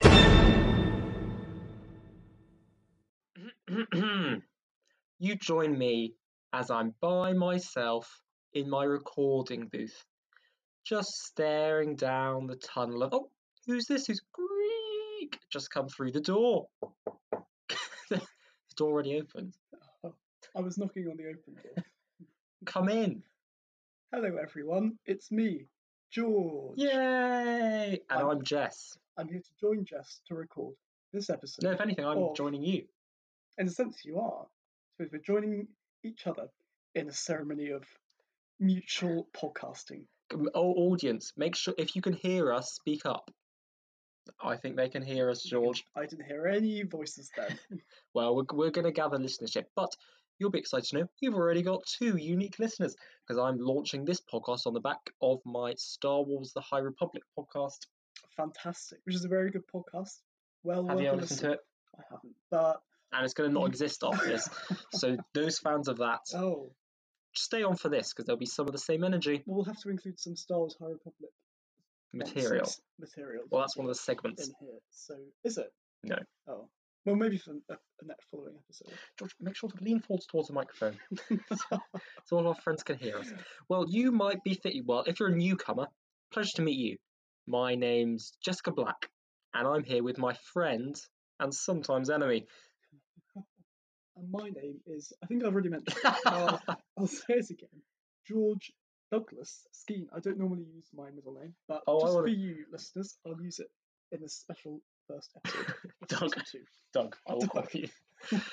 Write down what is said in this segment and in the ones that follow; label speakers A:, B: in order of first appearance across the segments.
A: You join me as I'm by myself in my recording booth, just staring down the tunnel of, oh, who's this? Who's Greek? Just come through the door. it's already open.
B: I was knocking on the open door.
A: Come in.
B: Hello, everyone. It's me, George.
A: Yay! And I'm, Jess.
B: I'm here to join Jess to record this episode.
A: No, if anything, I'm
B: Of-
A: joining you.
B: In a sense, you are. So we're joining each other in a ceremony of mutual podcasting.
A: Um, Oh, audience, make sure if you can hear us, speak up. I think they can hear us, George.
B: I didn't hear any voices then.
A: Well, we're, we're going to gather listenership, but you'll be excited to know you've already got two unique listeners because I'm launching this podcast on the back of my Star Wars The High Republic podcast.
B: Fantastic, which is a very good podcast. Well,
A: Have
B: worth
A: you
B: a
A: ever listened
B: listen.
A: to it?
B: I haven't, but
A: And it's going to not exist after this. So, those fans of that,
B: oh,
A: stay on for this because there'll be some of the same energy
B: we'll have to include some Star Wars High Republic
A: material.
B: nonsense material.
A: Well, that's one of the segments.
B: in here. So, is it?
A: No.
B: Oh, well, maybe for a, a next following episode.
A: George, make sure to lean forwards towards the microphone so all our friends can hear us. Well, you might be fitting. Well, if you're a newcomer, pleasure to meet you. My name's Jessica Black, and I'm here with my friend and sometimes enemy.
B: and my name is, I think I've already mentioned. It. I'll, I'll say it again. George Douglas Skeen. I don't normally use my middle name, but
A: Oh, I
B: just
A: wanna-
B: for you listeners, I'll use it in this special first episode. of
A: Doug.
B: season two.
A: Doug, I will call
B: Doug.
A: you.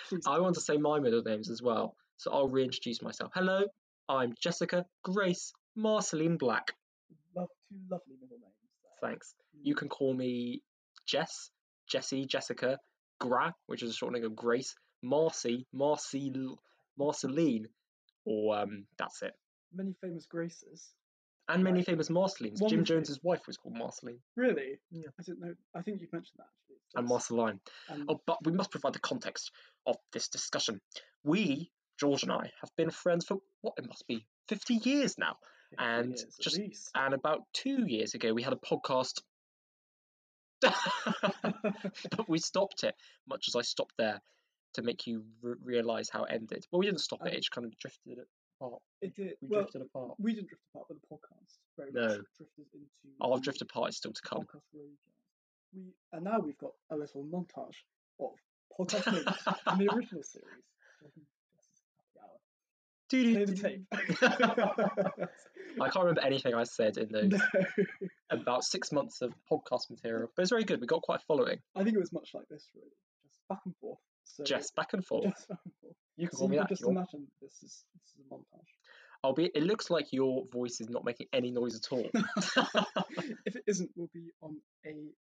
B: Please.
A: I want to say my middle names as well, so I'll reintroduce myself. Hello, I'm Jessica Grace Marceline Black.
B: Love two lovely middle names. there.
A: Thanks. You can call me Jess, Jessie, Jessica, Gra, which is a shortening of Grace, Marcy, Marcy, Marceline, or um, that's it.
B: Many famous graces.
A: And many
B: Right.
A: famous Marcelines.
B: One
A: Jim
B: of-
A: Jones's wife was called Marceline
B: Really?
A: Yeah.
B: I didn't know. I think you've mentioned that actually.
A: and
B: That's- um,
A: Marceline.
B: and-
A: Oh, but we must provide the context of this discussion. We, George and I, have been friends for what it must be 50 years now.
B: Yeah,
A: and
B: yes, at
A: just-
B: least.
A: And about two years ago, we had a podcast, but we stopped it, much as I stopped there to make you re- realise how it ended. Well, we didn't stop it, it just kind of drifted apart.
B: it did.
A: We
B: Oh. well, Mm.
A: drifted apart.
B: we didn't drift apart, but the podcast very
A: No.
B: much drifted into.
A: Our
B: the-
A: drift apart is still to come.
B: podcast where we go. We and now we've got a little montage of podcast notes from the original series. Play the tape.
A: I can't remember anything I said in those
B: no,
A: about six months of podcast material, but it's very good. We got quite a following.
B: I think it was much like this, really, just back and forth. So
A: Jess, back and forth.
B: just back and forth.
A: You can
B: So
A: call
B: you
A: me that.
B: can
A: if
B: just
A: you want.
B: imagine this is this is a montage.
A: Albeit, it looks like your voice is not making any noise at all.
B: if it isn't, we'll be on a.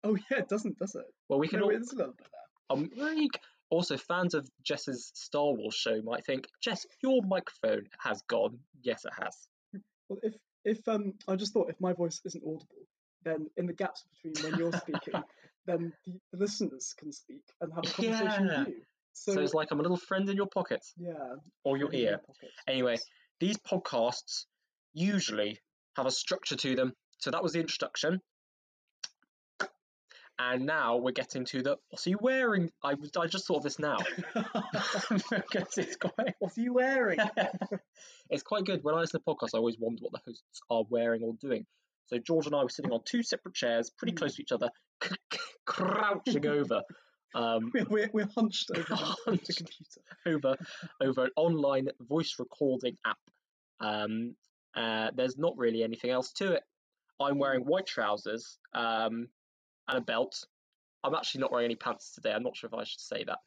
B: Oh yeah, it doesn't, does it?
A: well, we can
B: no,
A: all,
B: it is a little bit there.
A: Um, like- also, fans of Jess's Star Wars show might think, Jess, your microphone has gone. Yes, it has.
B: Well, if if um, I just thought if my voice isn't audible, then in the gaps between when you're speaking, then the, the listeners can speak and have a conversation
A: Yeah.
B: with you. So,
A: So, it's like I'm a little friend in your pocket
B: yeah,
A: or your
B: friend in
A: ear.
B: pocket.
A: Anyway, these podcasts usually have a structure to them. So that was the introduction. And now we're getting to the what's he wearing? I, I just thought of this now because it's quite
B: what are you wearing?
A: it's quite good. When I listen to podcasts, I always wonder what the hosts are wearing or doing. So George and I were sitting on two separate chairs, pretty
B: Mm.
A: close to each other, crouching over, um,
B: we're, we're, we're hunched over the, the
A: Hunched.
B: computer.
A: over, over an online voice recording app. Um, uh, there's not really anything else to it. I'm wearing
B: Hmm.
A: white trousers um, and a belt. I'm actually not wearing any pants today. I'm not sure if I should say that,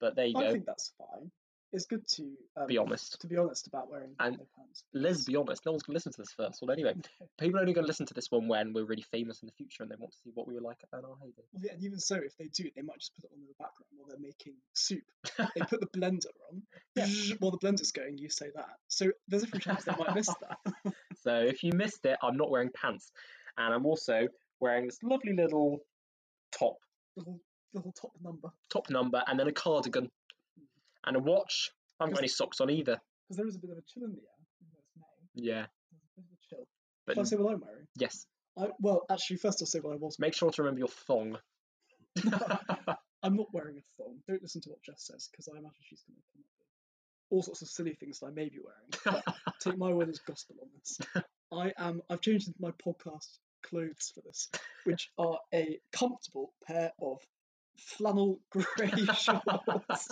A: but there you
B: I
A: go.
B: think that's fine. It's good to um,
A: Be honest.
B: To be honest about wearing
A: And
B: no pants.
A: let's be honest, no one's going to listen to this first one anyway. People are only going to listen to this one when we're really famous in the future and they want to see what we were like at our heyday.
B: Well, yeah, and even so, if they do, they might just put it on in the background while they're making soup. They put the blender on. While the blender's going, you say that. So there's every chance they might miss that.
A: So if you missed it, I'm not wearing pants. And I'm also wearing this lovely little top,
B: little, little top number.
A: top number, and then a cardigan and a watch. I haven't got any socks on either.
B: Because there is a bit of a chill in the air. even though It's May.
A: Yeah.
B: There's a bit of a chill.
A: But
B: Shall I say what I'm wearing?
A: yes,
B: I, well, actually, first I'll say what I was
A: make sure to remember your thong.
B: wearing. I'm not wearing a thong. Don't listen to what Jess says, because I imagine she's going to come up with all sorts of silly things that I may be wearing. But take my word as gospel on this. I am. I've changed into my podcast clothes for this, which are a comfortable pair of flannel grey shorts,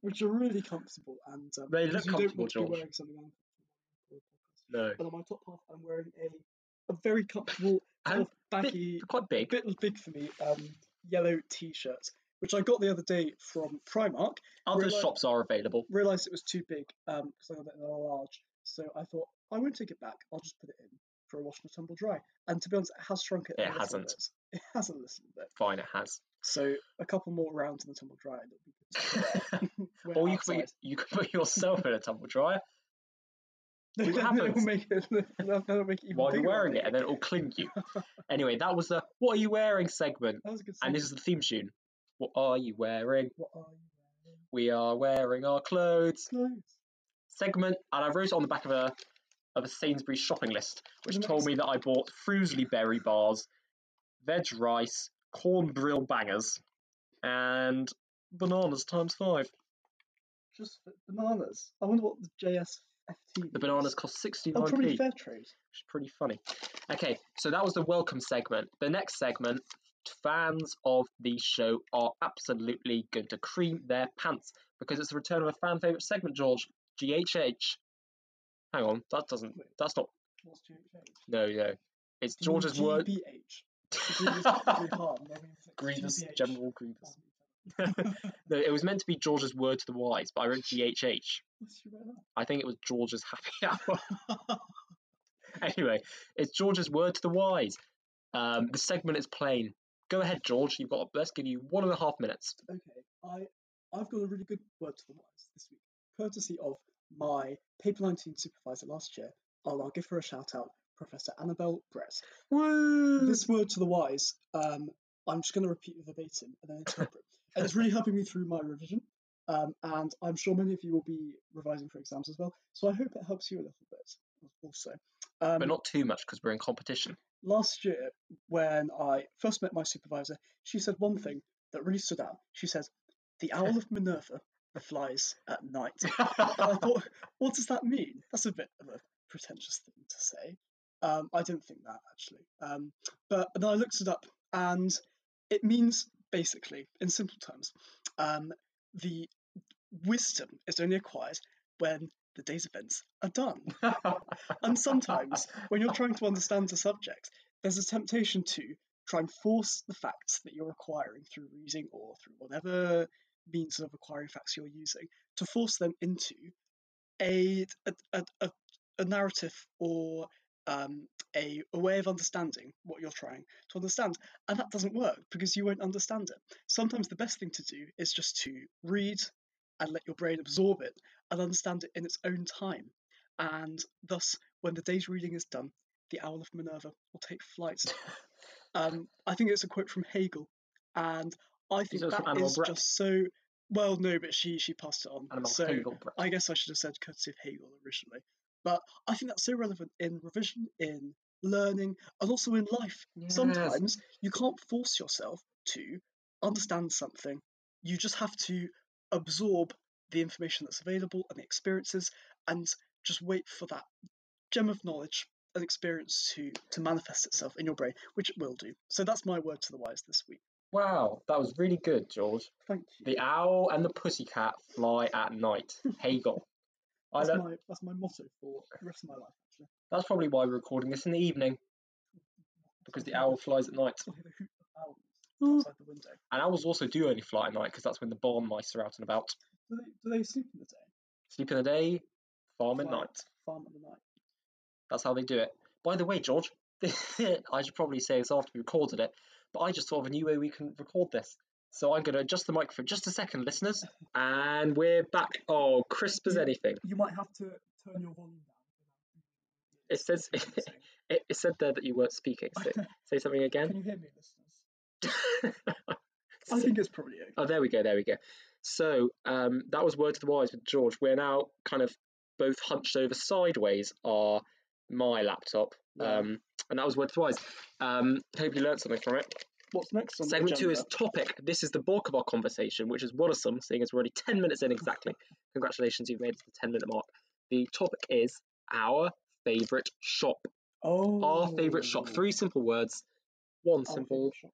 B: which are really comfortable and um,
A: They
B: because
A: look
B: you don't want to
A: comfortable,
B: be
A: George.
B: wearing something uncomfortable.
A: No.
B: And on my top half, I'm wearing a a very comfortable, kind
A: And
B: of baggy,
A: They're quite big.
B: bit big for me, um, yellow t-shirt, which I got the other day from Primark
A: Other
B: realize-
A: shops are available.
B: realised it was too big because I got it in a large. So I thought, I won't take it back. I'll just put it in for a wash and a tumble dry. And to be honest, it has shrunk it. a
A: It
B: little
A: hasn't.
B: bit. It has a little bit.
A: Fine, it has.
B: So a couple more rounds in the tumble dry. And it'll be good. We're
A: or you could, put,
B: outside.
A: you could put yourself in a tumble dryer
B: No,
A: what
B: no, no,
A: happens?
B: it'll make it. No, no, it'll make it even
A: while you're
B: bigger, I
A: wearing it
B: think.
A: and then it'll cling you. Anyway, that was the What Are You Wearing segment.
B: That was a good.
A: And this
B: song.
A: is the theme tune. What are you wearing?
B: what are you wearing?
A: We are wearing our clothes
B: Clothes.
A: segment. And I wrote it on the back of a of a Sainsbury's shopping list, which told me that I bought Fruisley berry bars, veg rice, corn brill bangers, and bananas times five.
B: Just for bananas. I wonder what the JSFT.
A: The bananas
B: means.
A: cost
B: Oh,
A: 69p.
B: probably fair trade.
A: which is pretty funny. Okay, so that was the welcome segment. The next segment, fans of the show are absolutely going to cream their pants because it's the return of a fan favorite segment, George. GHH. Hang on, that doesn't.
B: Wait.
A: That's not.
B: What's GHH?
A: No, no. It's George's word.
B: GBH. Grievous bodily harm, I mean, it's
A: Grievous,
B: GBH.
A: General Grievous.
B: Um,
A: No, it was meant to be George's word to the wise, but I wrote GHH.
B: What's she wrote up?
A: I think it was George's happy hour. anyway, it's George's word to the wise. Um, the segment is plain. Go ahead, George. You've got. Let's give you one and a half minutes.
B: Okay, I, I've got a really good word to the wise this week, courtesy of my Paper 19 supervisor last year, and I'll give her a shout out, Professor Annabelle Brett.
A: Woo!
B: This word to the wise, um, I'm just going to repeat it verbatim and then interpret. and it's really helping me through my revision, um, and I'm sure many of you will be revising for exams as well, so I hope it helps you a little bit also. Um,
A: but not too much because we're in competition.
B: last year when I first met my supervisor, she said one thing that really stood out. She says, "The owl of Minerva flies at night." And I thought, what does that mean? That's a bit of a pretentious thing to say. Um, I don't think that actually. Um, but and then I looked it up, and it means basically, in simple terms, um, the wisdom is only acquired when the day's events are done. And sometimes, when you're trying to understand a subject, there's a temptation to try and force the facts that you're acquiring through reading or through whatever means of acquiring facts you're using, to force them into a a, a, a, a narrative or um, a, a way of understanding what you're trying to understand. And that doesn't work because you won't understand it. Sometimes the best thing to do is just to read and let your brain absorb it and understand it in its own time. And thus, when the day's reading is done, the owl of Minerva will take flight. um, I think it's a quote from Hegel, and I think
A: it was from
B: that
A: Animal
B: is
A: Brett?
B: just so well. No, but she she passed it on.
A: Animal
B: so
A: Hegel Brett.
B: I guess I should have said courtesy of Hegel originally, but I think that's so relevant in revision, in learning, and also in life.
A: Yes.
B: Sometimes you can't force yourself to understand something. You just have to absorb the information that's available and the experiences, and just wait for that gem of knowledge and experience to to manifest itself in your brain, which it will do. So that's my word to the wise this week.
A: Wow, that was really good, George.
B: Thank you.
A: The owl and the pussycat fly at night. Hegel. I
B: That's
A: don't,
B: my that's my motto for the rest of my life. Actually,
A: that's probably why we're recording this in the evening because the owl flies at night.
B: I hear the hoot of owls
A: Ooh.
B: outside the window.
A: And owls also do only fly at night because that's when the barn mice are out and about.
B: Do they, do they sleep in the day?
A: Sleep in the day, farm at
B: Fly-
A: night.
B: Farm at the night.
A: That's how they do it. By the way, George, I should probably say this after we recorded it, but I just thought of a new way we can record this. So I'm going to adjust the microphone just a second, listeners. And we're back. Oh, crisp as anything.
B: You might have to turn your volume down.
A: It says- It, it said there that you weren't speaking. So say something again.
B: Can you hear me, listeners? I think it's probably okay.
A: oh, there we go. There we go. So um, that was Word to the Wise with George. We're now kind of both hunched over sideways are my laptop.
B: Yeah.
A: Um, and that was Word to the Wise. Um, hope you learned something from it.
B: What's next on
A: Segment
B: the
A: two
B: agenda?
A: is topic. This is the bulk of our conversation, which is worrisome, seeing as we're already 10 minutes in exactly. Congratulations, you've made it to the 10 minute mark. The topic is our favourite shop.
B: oh,
A: Our favourite shop. Three simple words, one
B: Our
A: simple,
B: favourite shop.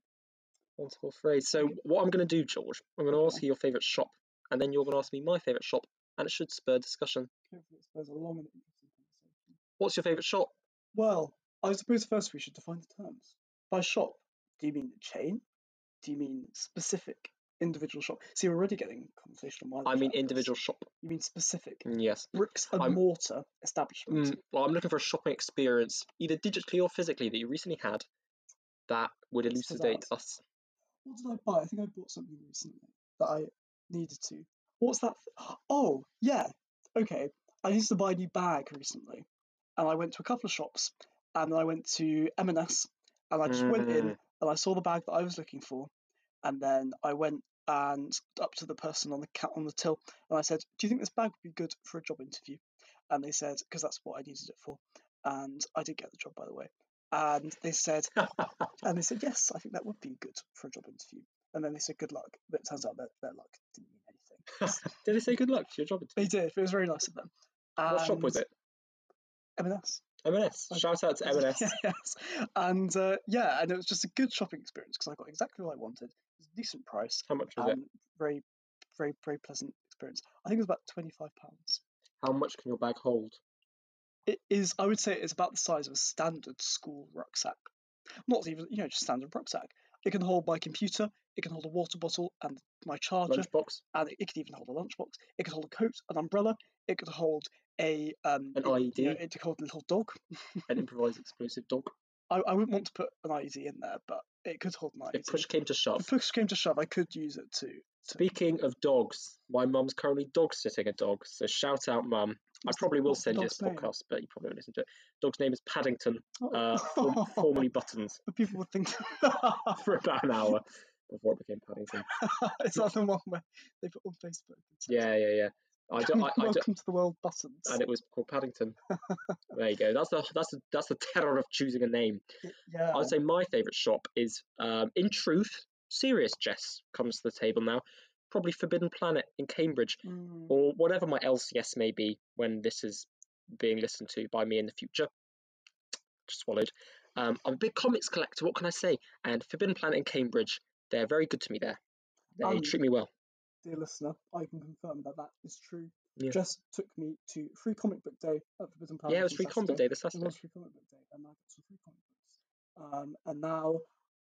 A: one simple phrase. So, what I'm going to do, George, I'm going to ask you your favourite shop, and then you're going to ask me my favourite shop, and it should spur discussion.
B: Hopefully it spurs a long and interesting conversation.
A: What's your favourite shop?
B: Well, I suppose first we should define the terms. By shop, do you mean chain? Do you mean specific individual shop? See, we're already getting conversation on why.
A: I
B: they're
A: mean
B: chapters.
A: individual shop. Mm,
B: You mean specific
A: Yes.
B: bricks and
A: I'm-
B: mortar establishment.
A: Mm, well, I'm looking for a shopping experience, either digitally or physically, that you recently had that would
B: That's bizarre.
A: elucidate us.
B: What did I buy? I think I bought something recently that I needed to. What's that? th- Oh, yeah. Okay. I needed to buy a new bag recently, and I went to a couple of shops, and I went to M&S, and I just went in and I saw the bag that I was looking for, and then I went and up to the person on the cat on the till, and I said, "Do you think this bag would be good for a job interview?" And they said, "Because that's what I needed it for," and I did get the job, by the way. And they said, and they said, yes, I think that would be good for a job interview. And then they said, good luck. But it turns out that their luck didn't mean anything.
A: Did they say good luck to your job?
B: They did. It was very nice of them. And
A: What shop was it?
B: M&S.
A: M&S.
B: Okay.
A: Shout out to M&S.
B: yes. And uh, yeah, and it was just a good shopping experience because I got exactly what I wanted. It was a decent price.
A: How much was it?
B: Um, very, very, very pleasant experience. I think it was about £25.
A: How much can your bag hold?
B: It is, I would say, it's about the size of a standard school rucksack. Not even, you know, just standard rucksack. It can hold my computer, it can hold a water bottle and my charger,
A: Lunchbox?
B: and it, it could even hold a lunchbox. It could hold a coat, an umbrella. It could hold a um,
A: An
B: it- you know,
A: IED?
B: it could hold a little dog.
A: An improvised explosive dog?
B: I, I wouldn't want to put an IED in there, but it could hold an IED.
A: If push came to shove.
B: If push came to shove, I could use it too.
A: Speaking of dogs, my mum's currently dog sitting a dog, so shout out, mum. I
B: What's the-
A: probably will
B: what's the
A: send you
B: dog's
A: this
B: name?
A: podcast, but you probably won't listen to it. Dog's name is Paddington,
B: Oh.
A: uh, form- formerly Buttons,
B: The people would think
A: for about an hour before it became Paddington.
B: it's not the one where they put on Facebook. and says,
A: Yeah, yeah, yeah. I don't, I, I don't,
B: Welcome to the world, buttons.
A: and it was called Paddington. There you go. That's the that's the, that's the terror of choosing a name.
B: Y- yeah.
A: I'd say my favourite shop is, um, in truth, Serious Jess comes to the table now. Probably Forbidden Planet in Cambridge,
B: Mm.
A: or whatever my LCS may be when this is being listened to by me in the future. Just swallowed. Um, I'm a big comics collector, what can I say? And Forbidden Planet in Cambridge, they're very good to me there. They
B: Um,
A: treat me well.
B: dear listener, I can confirm that that is true.
A: Yeah.
B: Just took me to free comic book day at Forbidden Planet.
A: Yeah, it was
B: on
A: free comic
B: Saturday.
A: book day this
B: It
A: Saturday.
B: was free comic book day, and I got some free comic books. Um, and now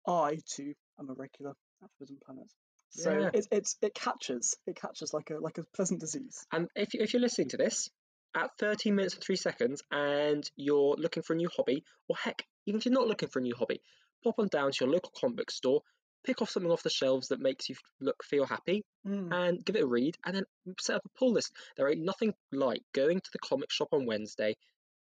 B: I too am a regular at Forbidden Planet. So
A: Yeah.
B: it, it's it catches it catches like a like a pleasant disease.
A: And if, you- if you're listening to this at 13 minutes and 3 seconds and you're looking for a new hobby, or heck, even if you're not looking for a new hobby, pop on down to your local comic book store, pick off something off the shelves that makes you f- look feel happy,
B: Mm.
A: and give it a read, and then set up a pull list. There ain't nothing like going to the comic shop on Wednesday,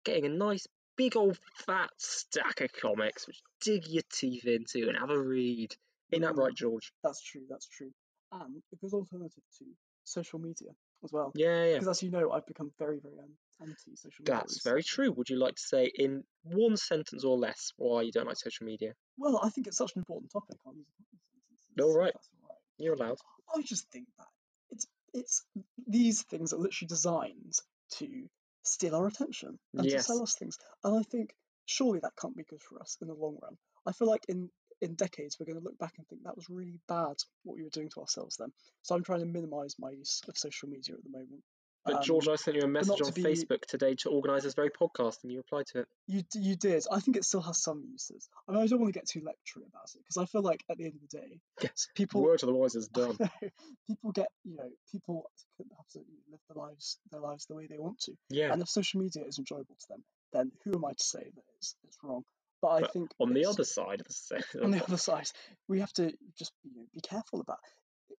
A: getting a nice big old fat stack of comics, which dig your teeth into and have a read. Ain't that
B: Mm.
A: right, George?
B: That's true. That's true. And a good alternative to social media as well.
A: Yeah, yeah.
B: Because as you know, I've become very very anti social media.
A: That's very true. Would you like to say in one sentence or less why you don't like social media?
B: Well, I think it's such an important topic. I'll use a couple of sentences.
A: All
B: if
A: right.
B: that's all right.
A: You're allowed.
B: I just think that it's it's these things are literally designed to steal our attention and
A: Yes.
B: to sell us things. And I think surely that can't be good for us in the long run. I feel like in in decades we're going to look back and think that was really bad what we were doing to ourselves then. So I'm trying to minimise my use of social media at the moment.
A: But
B: Um,
A: George, I sent you a
B: not
A: message
B: to
A: on
B: be-
A: Facebook today to organise this very podcast, and you replied to it.
B: You d- you did. I think it still has some uses. I mean, I don't want to get too lectury about it because I feel like at the end of the day, s- people
A: Word of the wise is done.
B: people get you know people can absolutely live their lives their lives the way they want to
A: Yeah.
B: and if social media is enjoyable to them then who am i to say that it's, it's wrong but i
A: But
B: think
A: On the
B: it's-
A: other side of the se-
B: on the other side we have to just you know, be careful about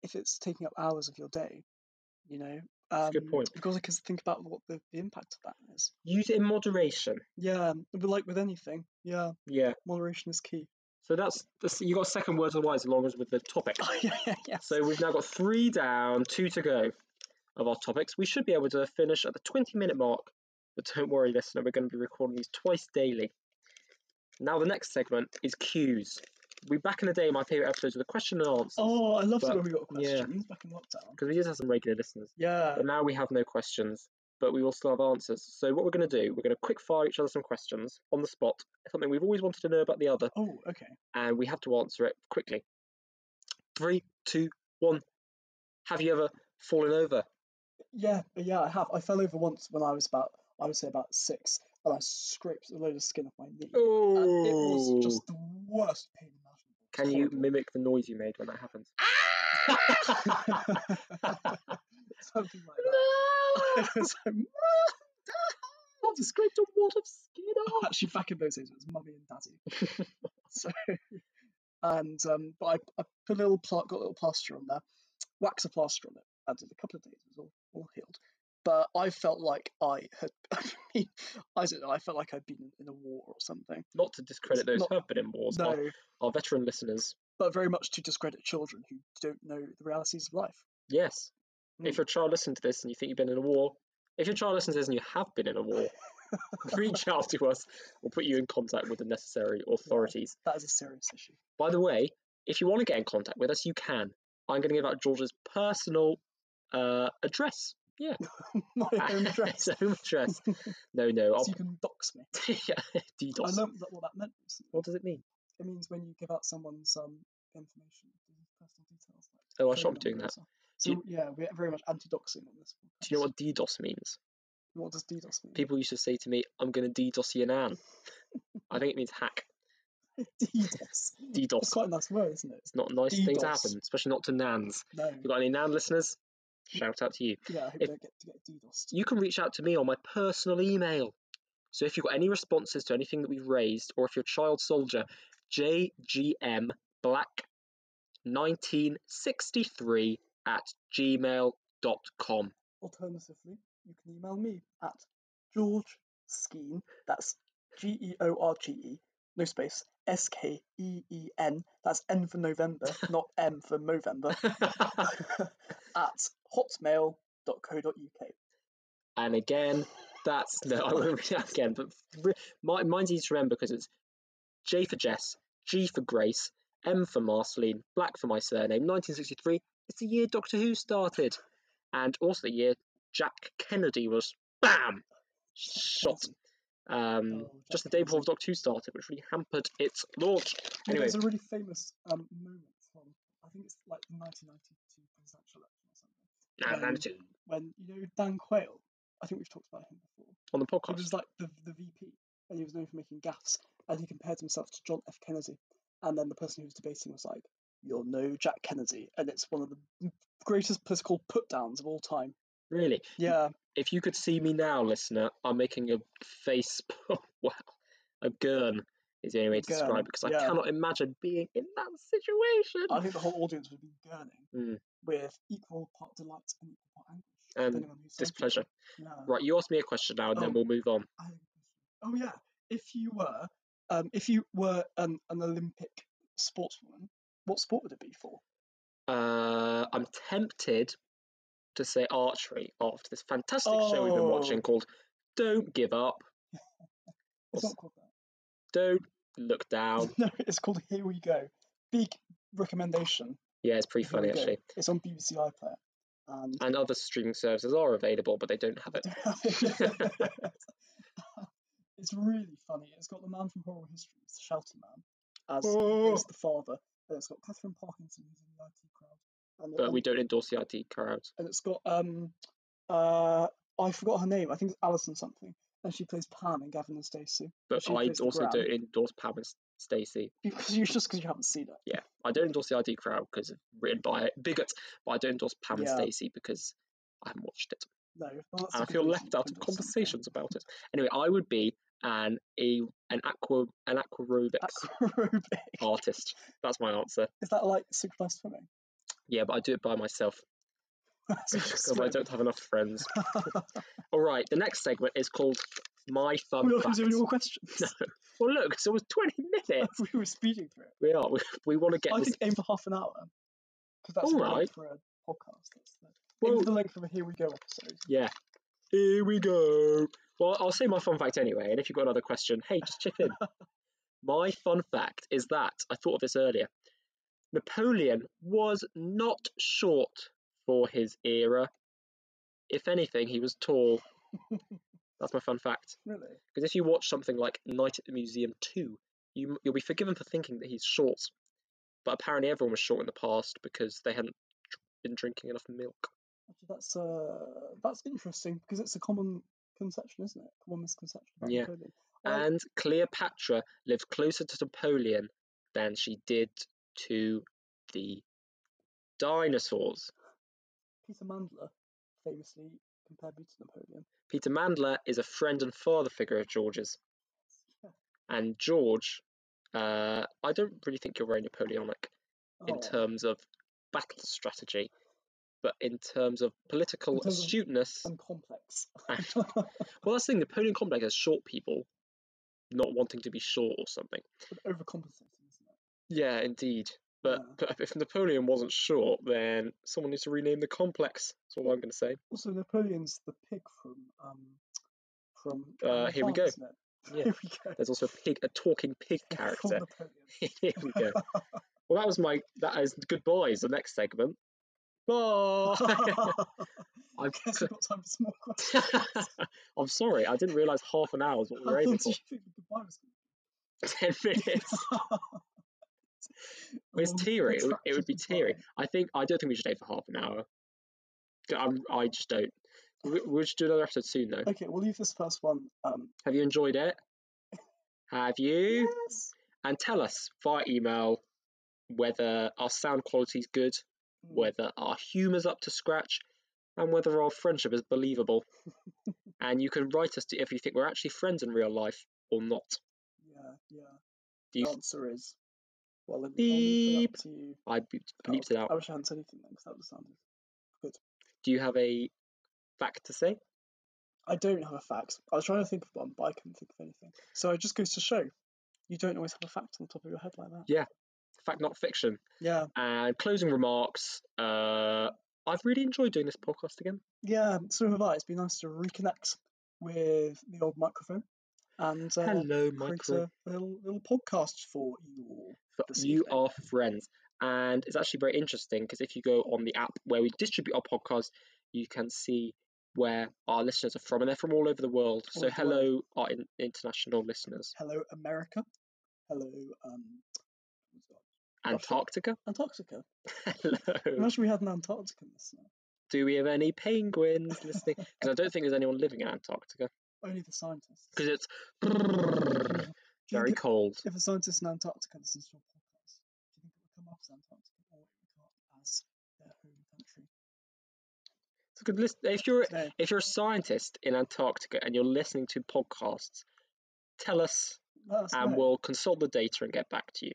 B: if it's taking up hours of your day you know um,
A: a good point.
B: You've got to think about what the, the impact of that is.
A: use it in moderation.
B: Yeah, but like with anything, yeah,
A: Yeah.
B: moderation is key.
A: So that's, that's you got a second word of the wise along with the topic.
B: Oh, yeah, yeah, yeah.
A: So we've now got three down, two to go of our topics. We should be able to finish at the 20 minute mark, but don't worry, listener, we're going to be recording these twice daily. Now, the next segment is cues. we back in the day, my favorite episodes were the question and answers because
B: Oh, I loved
A: But-
B: it when we got
A: yeah.
B: questions back in lockdown.
A: we did have some regular listeners.
B: Yeah.
A: But now we have no questions, but we will still have answers. So what we're going to do, we're going to quick fire each other some questions on the spot, something we've always wanted to know about the other,
B: Oh, okay.
A: and we have to answer it quickly. Three, two, one. Have you ever fallen over?
B: Yeah, yeah, I have. I fell over once when I was about, I would say about six, and I scraped a load of skin off my knee.
A: Oh,
B: And Uh, it was just the worst pain imaginable. It was
A: Can you
B: horrible.
A: mimic the noise you made when that happens?
B: Ah! Something like
A: no!
B: that. so,
A: I've scraped a wad of skin off.
B: actually, back in those days, it was mummy and daddy. so, and um, but I, I put a little pla- got a little plaster on there, wax a plaster on it. I did a couple of days. It was all, all healed. But I felt like I had, I mean, I don't know. I felt like I'd been in a war or something.
A: Not to discredit those
B: Not-
A: who have been in wars,
B: No,
A: our, our veteran listeners.
B: but very much to discredit children who don't know the realities of life.
A: Yes.
B: Mm.
A: If your child listened to this and you think you've been in a war, if your child listens to this and you have been in a war, reach out to us. We'll put you in contact with the necessary authorities.
B: That is a serious issue.
A: By the way, if you want to get in contact with us, you can. I'm going to give out George's personal uh, address.
B: My own address.
A: His home address. No, no.
B: so
A: I'll...
B: you can dox me.
A: Yeah,
B: I
A: DDoS.
B: learned that what that meant recently.
A: What does it mean?
B: It means when you give out someone some information, the personal details. Like
A: Oh, I
B: phone
A: shan't be doing
B: number or
A: that.
B: something.
A: Do
B: So
A: you-
B: yeah, we're very much anti-doxing on this.
A: Do you know what DDoS means?
B: What does DDoS mean?
A: People used to say to me, I'm going to DDoS your nan. I think it means hack.
B: DDoS.
A: DDoS.
B: It's quite a nice word, isn't it?
A: It's not a nice thing to
B: DDoS.
A: happen, especially not to nans.
B: No.
A: If you've got any nan listeners, shout out to you.
B: Yeah, I hope
A: if-
B: we don't get to get DDoS.
A: You can reach out to me on my personal email. So if you've got any responses to anything that we've raised, or if you're a child soldier, jgmblack 1963 at gmail.com.
B: Alternatively, you can email me at George Skeen. That's G E O R G E. No space. S K E E N. That's N for November, not M for Movember. at hotmail.co.uk.
A: and again, that's no, I won't read that again. But re- my, mine's easy to remember because it's J for Jess, G for Grace, M for Marceline, Black for my surname. 1963. It's the year Doctor Who started, and also the year Jack Kennedy was bam shot.
B: Awesome.
A: Um,
B: Oh,
A: just the
B: Jack
A: day before
B: Kennedy.
A: Doctor Who started, which really hampered its launch.
B: Yeah,
A: Anyway,
B: there's a really famous um, moment from, I think it's like the 1992 presidential election or something,
A: now
B: um, when, you know, Dan Quayle, I think we've talked about him before,
A: on the
B: he
A: podcast.
B: was like the, the VP and he was known for making gaffes and he compared himself to John F. Kennedy. And then the person who was debating was like, You're no Jack Kennedy. And it's one of the greatest political put downs of all time.
A: Really,
B: Yeah,
A: if you could see me now, listener, I'm making a face. wow, a gurn is the only way to describe
B: gurn,
A: it because I
B: yeah.
A: cannot imagine being in that situation.
B: I think the whole audience would be gurning
A: Mm.
B: with equal part delight and equal part anguish,
A: And
B: depending on who's
A: Displeasure.
B: Yeah.
A: Right, you ask me a question now, and
B: Oh.
A: then we'll move on.
B: I have a question. Oh yeah, if you were, um, if you were an, an Olympic sportswoman, what sport would it be for?
A: Uh, I'm tempted to say archery after this fantastic show we've been watching
B: Oh.
A: called "Don't Give Up,
B: It's
A: What's-
B: not called that.
A: Don't Look Down."
B: no, it's called Here We Go. Big recommendation.
A: Yeah, it's pretty
B: Here We
A: funny
B: Go.
A: actually.
B: It's on BBC iPlayer. Um, And
A: And other streaming services are available, but they don't have it.
B: it's really funny. It's got the man from Horror History, the Shouty Man, as
A: Oh.
B: as the father. And it's got Catherine Parkinson who's in the IT crowd. And,
A: But
B: and
A: we don't endorse the IT crowd.
B: and it's got um uh I forgot her name. I think it's Alison something, and she plays Pam in Gavin and Stacey.
A: But
B: She
A: I
B: plays the
A: also
B: Gram.
A: don't endorse Pam and Stacey.
B: Because you just because you haven't seen it.
A: I don't endorse the ID crowd because it's written by bigots, but I don't endorse Pam and
B: Yeah.
A: Stacey because I haven't watched it.
B: No, well,
A: and
B: that's a
A: I
B: good
A: feel
B: reason
A: left
B: to
A: out of
B: endorse something.
A: conversations about it. Anyway, I would be an a an aqua an aquarobics
B: Acrobic.
A: Oh. artist. That's my answer.
B: Is that like synchronized swimming?
A: Yeah, but I do it by myself
B: So you just
A: because I
B: swim.
A: don't have enough friends. All right, the next segment is called My Fun
B: We're not
A: Fact.
B: doing any more questions.
A: No. Well, look, so it was twenty minutes.
B: we were speeding through it.
A: We are. We, we want to get
B: I
A: this.
B: think aim for half an hour. Because that's
A: All
B: the length
A: right.
B: for a podcast. That's the, aim
A: Well,
B: for the length of a Here We Go episode.
A: Yeah. Here we go. Well, I'll say my fun fact anyway, and if you've got another question, hey, just chip in. My fun fact is that I thought of this earlier. Napoleon was not short for his era. If anything, he was tall. That's my fun fact.
B: Really?
A: Because if you watch something like Night at the Museum 2, you, you'll be forgiven for thinking that he's short. But apparently, everyone was short in the past because they hadn't dr- been drinking enough milk.
B: Actually, that's uh, that's interesting because it's a common conception, isn't it? Common misconception about
A: Yeah.
B: Napoleon. I-
A: And Cleopatra lived closer to Napoleon than she did to the dinosaurs.
B: Peter Mandler famously compared me to Napoleon.
A: Peter Mandler is a friend and father figure of George's.
B: Yeah.
A: And George, uh, I don't really think you're very Napoleonic in
B: Oh,
A: terms of battle strategy, but in terms of political
B: terms of-
A: astuteness.
B: I'm complex.
A: and- well, that's the thing, Napoleon complex is short people not wanting to be short or something.
B: But overcompensating, isn't it?
A: Yeah, indeed. But,
B: Yeah.
A: but if Napoleon wasn't short, then someone needs to rename the complex. That's all I'm going to say.
B: Also, Napoleon's the pig from um from.
A: Uh,
B: Animal
A: here we go.
B: Farm, isn't it?
A: Yeah.
B: Here we go.
A: There's also a pig, a talking pig
B: From
A: character.
B: Napoleon.
A: Here we go. Well, that was my that is goodbyes. The next segment. Bye.
B: I
A: I've
B: guess
A: cl-
B: we've got time for some more questions.
A: I'm sorry, I didn't realise half an hour was what we
B: How
A: were
B: long
A: aiming
B: do
A: for.
B: you think the goodbye was gonna
A: Ten minutes.
B: be?
A: Well, it's
B: Um,
A: teary. It would, it would be
B: protracted
A: teary.
B: goodbye.
A: I think I don't think we should aim for half an hour. I'm, I just don't. We, we should do another episode soon though.
B: Okay, we'll leave this first one. Um,
A: Have you enjoyed it? Have you?
B: yes.
A: And tell us via email whether our sound quality's good,
B: Mm.
A: whether our humour's up to scratch, and whether our friendship is believable. and you can write us to if you think we're actually friends in real life or not.
B: Yeah, yeah.
A: Do you
B: The answer is. Well, let me I'll leave that
A: Beep.
B: to you.
A: I be- bleeped it
B: Oh,
A: out.
B: I wish I hadn't said anything then, because that would have sounded.
A: Do you have a fact to say?
B: I don't have a fact. I was trying to think of one, but I couldn't think of anything. So it just goes to show, you don't always have a fact on the top of your head like that.
A: Fact, not fiction.
B: Yeah,
A: And closing remarks. Uh, I've really enjoyed doing this podcast again.
B: yeah. So have I. It's been nice to reconnect with the old microphone and uh,
A: Hello,
B: create
A: micro.
B: a little, little podcast for you all.
A: But
B: this
A: you
B: evening.
A: are friends. And it's actually very interesting because if you go on the app where we distribute our podcast, you can see where our listeners are from, and they're from all over the world.
B: All
A: so,
B: over the world.
A: hello, our in- international listeners.
B: Hello, America. Hello, um, Russia.
A: Antarctica?
B: Antarctica.
A: Hello.
B: Imagine we had an Antarctican listener.
A: Do we have any penguins listening? Because I don't think there's anyone living in Antarctica
B: Only the scientists.
A: because it's
B: Do you
A: very
B: think if-
A: cold.
B: If a scientist in Antarctica listens to a podcast, do you think it would come up as Antarctica or it would come up as their home country?
A: It's a good list. If you're
B: Today,
A: if you're a scientist in Antarctica and you're listening to podcasts, tell us
B: let us
A: and
B: know.
A: we'll consult the data and get back to you.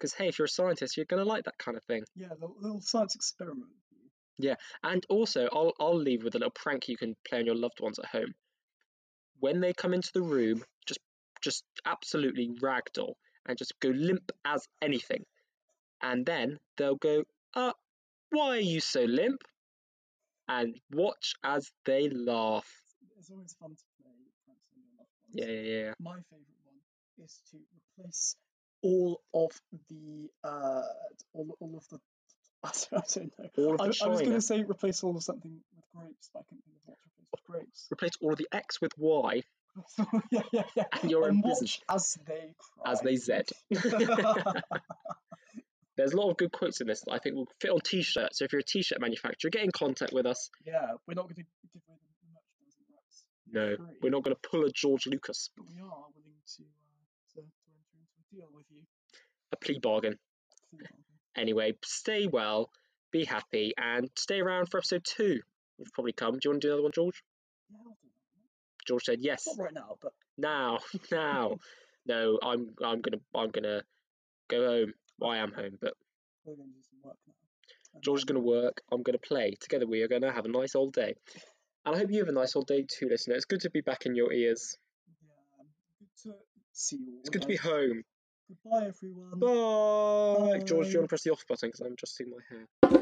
A: Because hey, if you're a scientist, you're gonna like that kind of thing.
B: Yeah, the little science experiment.
A: And also, I'll I'll leave with a little prank you can play on your loved ones at home. When they come into the room, just just absolutely ragdoll and just go limp as anything, and then they'll go, "Uh, why are you so limp?" And watch as they laugh.
B: It's always fun to play pranks on your loved ones.
A: Yeah, yeah, yeah.
B: My favourite one is to replace all of the uh, all, all of the. I don't know.
A: All of
B: I,
A: the
B: I was going
A: china.
B: to say replace all of something with grapes, but I couldn't think of what to replace with grapes.
A: Replace all of the X with Y
B: yeah, yeah, yeah.
A: and you're in
B: and
A: prison.
B: watch as they cry.
A: As they Z. There's a lot of good quotes in this that I think will fit on t-shirts. So if you're a t-shirt manufacturer, get in contact with us.
B: yeah, we're not going to give away the the merchandising rights.
A: No,
B: for free,
A: we're not going to pull a George Lucas,
B: But we are willing to uh, to, to enter into a deal with you.
A: a plea bargain.
B: Food Monkey.
A: Anyway, stay well, be happy, and stay around for episode two. We've probably come. Do you want to do another one, George?
B: Yeah, I'll do that.
A: George said yes.
B: Not right now, but
A: Now, now. No, I'm, I'm gonna, I'm gonna go home. Well, I am home, but
B: we're going to do some work now. And
A: George's
B: then-
A: gonna work. I'm gonna play. Together, we are gonna have a nice old day. And I hope you have a nice old day too, listener. It's good to be back in your ears.
B: Yeah, good to see you. All
A: It's good to be
B: guys.
A: home.
B: Goodbye, everyone.
A: Bye. George, do you want
B: Bye.
A: to press the off button? Because I'm adjusting my hair.